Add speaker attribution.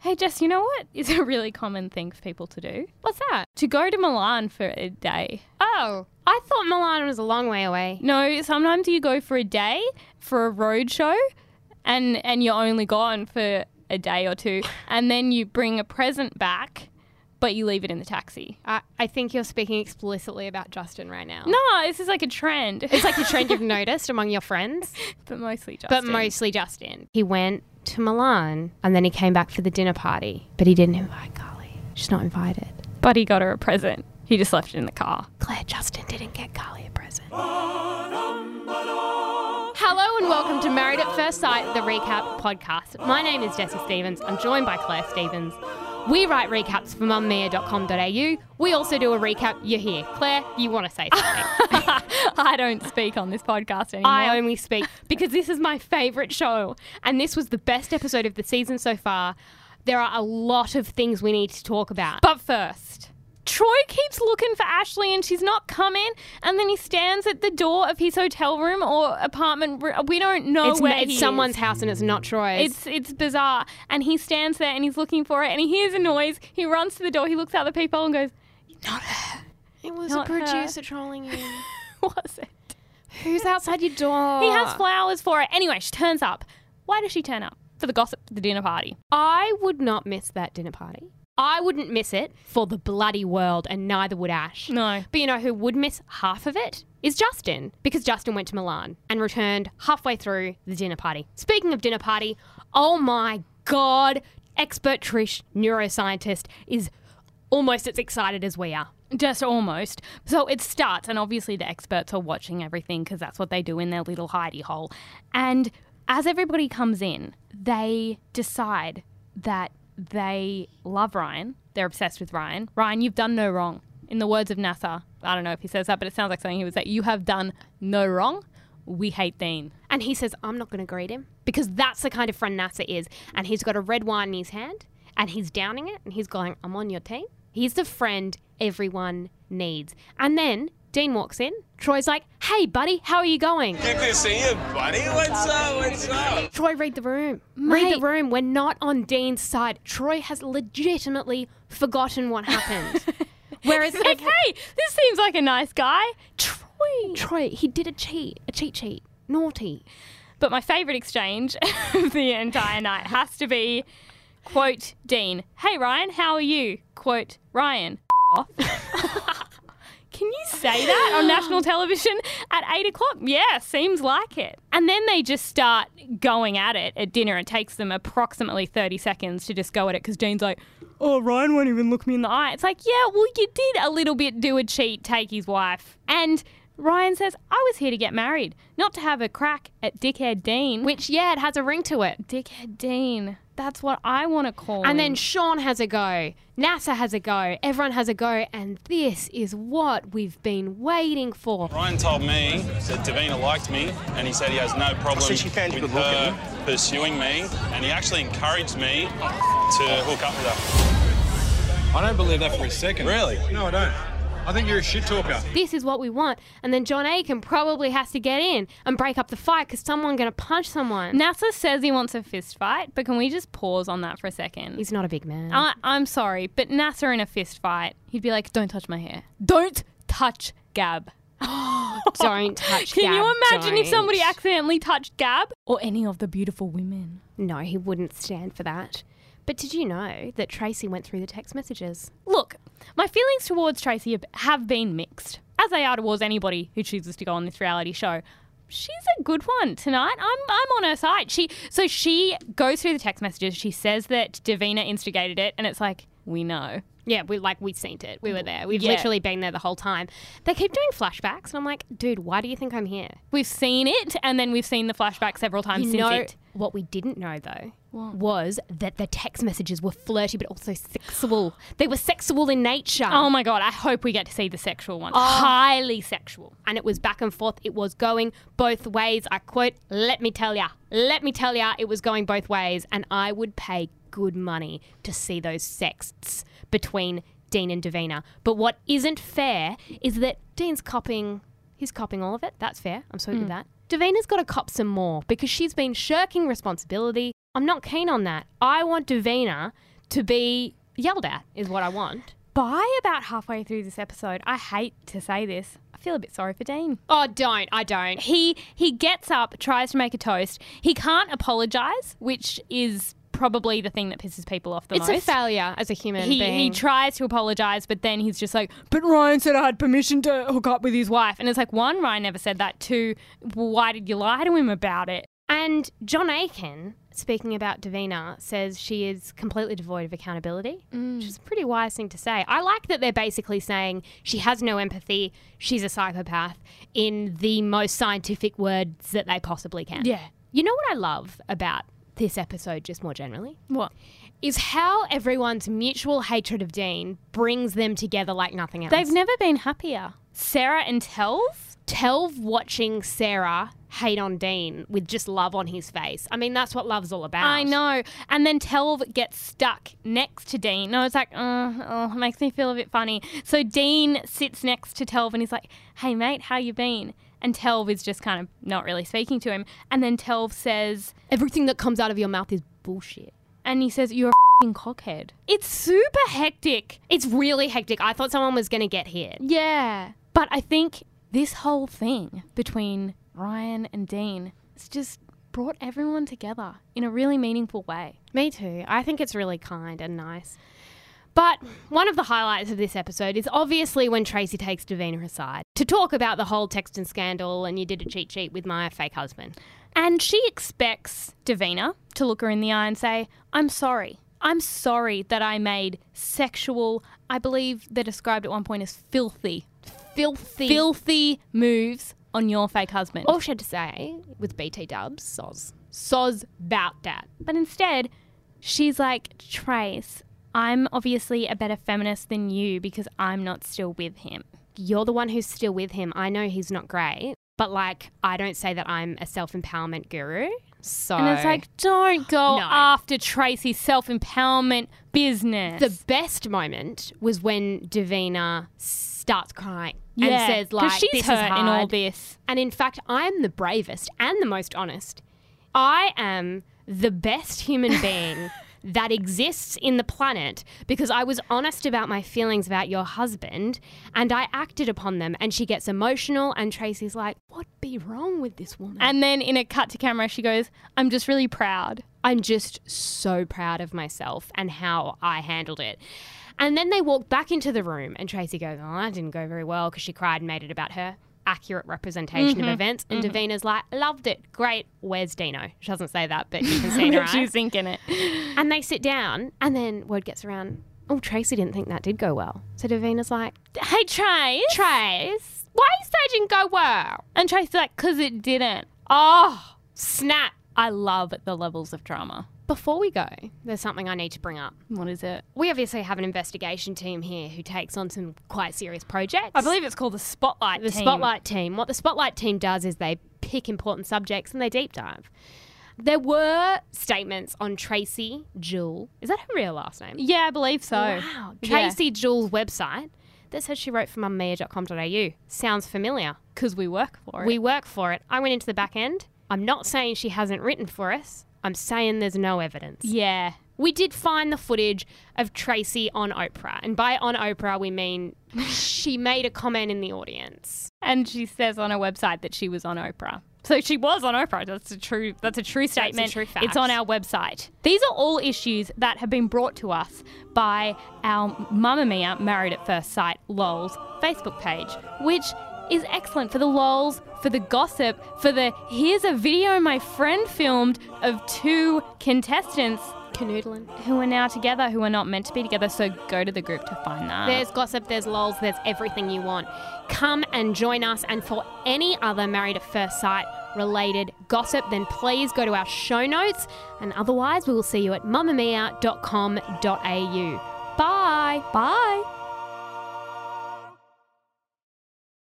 Speaker 1: Hey Jess, you know what is a really common thing for people to do?
Speaker 2: What's that?
Speaker 1: To go to Milan for a day.
Speaker 2: Oh, I thought Milan was a long way away.
Speaker 1: No, sometimes you go for a day for a road show and and you're only gone for a day or two and then you bring a present back but you leave it in the taxi.
Speaker 2: I, I think you're speaking explicitly about Justin right now.
Speaker 1: No, this is like a trend.
Speaker 2: It's like a trend you've noticed among your friends,
Speaker 1: but mostly just
Speaker 2: but mostly Justin. He went to Milan and then he came back for the dinner party, but he didn't invite Carly. She's not invited.
Speaker 1: but he got her a present. He just left it in the car.
Speaker 2: Claire, Justin didn't get Carly a present. Hello and welcome to Married at First Sight, the recap podcast. My name is Jessie Stevens. I'm joined by Claire Stevens. We write recaps for mummia.com.au. We also do a recap. You're here. Claire, you want to say something.
Speaker 1: I don't speak on this podcast anymore.
Speaker 2: I only speak because this is my favourite show, and this was the best episode of the season so far. There are a lot of things we need to talk about.
Speaker 1: But first, Troy keeps looking for Ashley and she's not coming. And then he stands at the door of his hotel room or apartment. r- We don't know
Speaker 2: it's,
Speaker 1: where
Speaker 2: it's
Speaker 1: he
Speaker 2: someone's
Speaker 1: Is.
Speaker 2: house and it's not Troy's.
Speaker 1: It's it's bizarre. And he stands there and he's looking for it. And he hears a noise. He runs to the door. He looks out the peephole and goes,
Speaker 2: It was
Speaker 1: Not her. producer
Speaker 2: trolling you.
Speaker 1: "What's it?"
Speaker 2: Who's outside your door?
Speaker 1: He has flowers for it. Anyway, she turns up. Why does she turn up for the gossip, the dinner party?
Speaker 2: I would not miss that dinner party. I wouldn't miss it for the bloody world, and neither would Ash.
Speaker 1: No.
Speaker 2: But you know who would miss half of it? Is Justin, because Justin went to Milan and returned halfway through the dinner party. Speaking of dinner party, oh my god, expert Trish, neuroscientist, is almost as excited as we are.
Speaker 1: Just almost. So it starts, and obviously the experts are watching everything because that's what they do in their little hidey hole. And as everybody comes in, they decide that they love Ryan. They're obsessed with Ryan. Ryan, you've done no wrong. In the words of NASA, I don't know if he says that, but it sounds like something he would say. You have done no wrong. We hate Dean.
Speaker 2: And he says, I'm not going to greet him because that's the kind of friend NASA is. And he's got a red wine in his hand and he's downing it and he's going, I'm on your team. He's the friend everyone needs. And then Dean walks in. Troy's like, Hey, buddy, how are you going?
Speaker 3: Good to see you, buddy. What's up? What's up?
Speaker 2: Troy, read the room. Read
Speaker 1: Mate.
Speaker 2: the room. We're not on Dean's side. Troy has legitimately forgotten what happened. Whereas
Speaker 1: It's like,
Speaker 2: every-
Speaker 1: hey, this seems like a nice guy. Troy.
Speaker 2: Troy, he did a cheat, a cheat sheet. Naughty.
Speaker 1: But my favourite exchange of the entire night has to be quote Dean, Hey Ryan, how are you? Quote Ryan, off. Can you say that on national television at eight o'clock? Yeah, seems like it. And then they just start going at it at dinner. It takes them approximately 30 seconds to just go at it because Dean's like, Oh, Ryan won't even look me in the eye. It's like, Yeah, well, you did a little bit do a cheat, take his wife. And Ryan says, I was here to get married, not to have a crack at Dickhead Dean.
Speaker 2: Which, yeah, it has a ring to it.
Speaker 1: Dickhead Dean. That's what I want to call
Speaker 2: And
Speaker 1: him.
Speaker 2: then Sean has a go. NASA has a go. Everyone has a go. And this is what we've been waiting for.
Speaker 3: Ryan told me that Davina liked me, and he said he has no problem
Speaker 4: So she found you
Speaker 3: with
Speaker 4: good looking.
Speaker 3: her pursuing me, and he actually encouraged me to hook up with her.
Speaker 5: I don't believe that for a second.
Speaker 3: Really?
Speaker 5: No, I don't. I think you're a shit talker.
Speaker 2: This is what we want. And then John Aiken probably has to get in and break up the fight because someone's going to punch someone.
Speaker 1: NASA says he wants a fist fight, but can we just pause on that for a second?
Speaker 2: He's not a big man.
Speaker 1: I, I'm sorry, but NASA in a fist fight, he'd be like, don't touch my hair. Don't touch Gab.
Speaker 2: don't touch
Speaker 1: Can
Speaker 2: Gab,
Speaker 1: you imagine if
Speaker 2: don't.
Speaker 1: somebody accidentally touched Gab or any of the beautiful women?
Speaker 2: No, he wouldn't stand for that. But did you know that Tracy went through the text messages?
Speaker 1: Look, my feelings towards Tracy have- have been mixed, as they are towards anybody who chooses to go on this reality show. She's a good one tonight. I'm, I'm on her side. She so she goes through the text messages. She says that Davina instigated it, and it's like we know.
Speaker 2: Yeah, we like we seen it. We were there. We've
Speaker 1: Yeah.
Speaker 2: literally been there the whole time. They keep doing flashbacks, and I'm like, dude, why do you think I'm here?
Speaker 1: We've seen it, and then we've seen the flashback several times
Speaker 2: You
Speaker 1: since
Speaker 2: know,
Speaker 1: it.
Speaker 2: what we didn't know though was that the text messages were flirty but also sexual. they were sexual in nature.
Speaker 1: Oh my god! I hope we get to see the sexual
Speaker 2: Oh.
Speaker 1: one. Highly sexual.
Speaker 2: And it was back and forth. It was going both ways. I quote, let me tell ya, let me tell ya, it was going both ways. And I would pay good money to see those sexts between Dean and Davina. But what isn't fair is that Dean's copying, he's copying all of it. That's fair. I'm sorry with that. Davina's got to cop some more because she's been shirking responsibility. I'm not keen on that. I want Davina to be yelled at is what I want.
Speaker 1: By about halfway through this episode, I hate to say this, I feel a bit sorry for Dean.
Speaker 2: Oh, don't. I don't.
Speaker 1: He he gets up, tries to make a toast. He can't apologize, which is probably the thing that pisses people off the
Speaker 2: It's a
Speaker 1: most.
Speaker 2: failure as a human
Speaker 1: he,
Speaker 2: being.
Speaker 1: he tries to apologize, but then he's just like, But Ryan said I had permission to hook up with his wife. And it's like, one, Ryan never said that. Two, why did you lie to him about it?
Speaker 2: And John Aiken, speaking about Davina, says she is completely devoid of accountability,
Speaker 1: Mm.
Speaker 2: which is a pretty wise thing to say. I like that they're basically saying she has no empathy, she's a psychopath in the most scientific words that they possibly can.
Speaker 1: Yeah.
Speaker 2: You know what I love about this episode, just more generally?
Speaker 1: What?
Speaker 2: Is how everyone's mutual hatred of Dean brings them together like nothing else.
Speaker 1: They've never been happier. Sarah and Telv?
Speaker 2: Telv watching Sarah hate on Dean with just love on his face. I mean, that's what love's all about.
Speaker 1: I know. And then Telv gets stuck next to Dean. And I was like, oh, oh, it makes me feel a bit funny. So Dean sits next to Telv and he's like, hey, mate, how you been? And Telv is just kind of not really speaking to him. And then Telv says,
Speaker 2: Everything that comes out of your mouth is bullshit.
Speaker 1: and he says, you're a fing cockhead. It's super hectic.
Speaker 2: It's really hectic. I thought someone was going to get hit.
Speaker 1: Yeah. But I think this whole thing between Ryan and Dean has just brought everyone together in a really meaningful way.
Speaker 2: Me too. I think it's really kind and nice. But one of the highlights of this episode is obviously when Tracy takes Davina aside to talk about the whole text and scandal and you did a cheat sheet with my fake husband.
Speaker 1: And she expects Davina to look her in the eye and say, I'm sorry. I'm sorry that I made sexual, I believe they're described at one point as filthy,
Speaker 2: Filthy. Oh.
Speaker 1: filthy moves on your fake husband.
Speaker 2: All she had to say was BT dubs, soz. Soz about that.
Speaker 1: But instead, she's like, Trace, I'm obviously a better feminist than you because I'm not still with him.
Speaker 2: You're the one who's still with him. I know he's not great, but like, I don't say that I'm a self empowerment guru. So.
Speaker 1: And it's like, don't go
Speaker 2: No.
Speaker 1: after Tracy's self empowerment business.
Speaker 2: The best moment was when Davina starts crying and says, like,
Speaker 1: because she's
Speaker 2: this
Speaker 1: hurt
Speaker 2: is hard.
Speaker 1: in all this.
Speaker 2: And in fact, I'm the bravest and the most honest. I am the best human being that exists in the planet because I was honest about my feelings about your husband and I acted upon them. And she gets emotional, and Tracy's like, What be wrong with this woman?
Speaker 1: And then in a cut to camera, she goes, I'm just really proud.
Speaker 2: I'm just so proud of myself and how I handled it. And then they walk back into the room, and Tracy goes, Oh, that didn't go very well because she cried and made it about her. Accurate representation of events. And Davina's like, Loved it. Great. Where's Dino? She doesn't say that, but you can see her
Speaker 1: She's
Speaker 2: eyes.
Speaker 1: thinking it.
Speaker 2: And they sit down, and then word gets around, Oh, Tracy didn't think that did go well. So Davina's like,
Speaker 1: Hey, Trace.
Speaker 2: Trace, why you say it didn't go well?
Speaker 1: And Trace's like, because it didn't.
Speaker 2: Oh, snap.
Speaker 1: I love the levels of drama.
Speaker 2: Before we go, there's something I need to bring up.
Speaker 1: What is it?
Speaker 2: We obviously have an investigation team here who takes on some quite serious projects.
Speaker 1: I believe it's called the Spotlight
Speaker 2: the
Speaker 1: Team.
Speaker 2: Spotlight team. What the Spotlight team does is they pick important subjects and they deep dive. There were statements on Tracy Jewel. Is that her real last name?
Speaker 1: Yeah, I believe so.
Speaker 2: Wow.
Speaker 1: Yeah.
Speaker 2: Tracy Jewel's website that says she wrote for mummia.com.au. Sounds familiar.
Speaker 1: Because we work for it.
Speaker 2: We work for it. I went into the back end. I'm not saying she hasn't written for us. I'm saying there's no evidence.
Speaker 1: yeah.
Speaker 2: We did find the footage of Tracy on Oprah. And by on Oprah, we mean she made a comment in the audience.
Speaker 1: And she says on her website that she was on Oprah. So she was on Oprah. That's a true. That's a true
Speaker 2: a
Speaker 1: statement.
Speaker 2: true fact.
Speaker 1: It's on our website. These are all issues that have been brought to us by our Mamma Mia Married at First Sight LOLs Facebook page, which is excellent for the lols, for the gossip, for the here's a video my friend filmed of two contestants
Speaker 2: Canoodling.
Speaker 1: who are now together who are not meant to be together. So go to the group to find that.
Speaker 2: There's gossip, there's lols, there's everything you want. Come and join us. And for any other Married at First Sight related gossip, then please go to our show notes. And otherwise, we will see you at mamamia.com.au. Bye. Bye.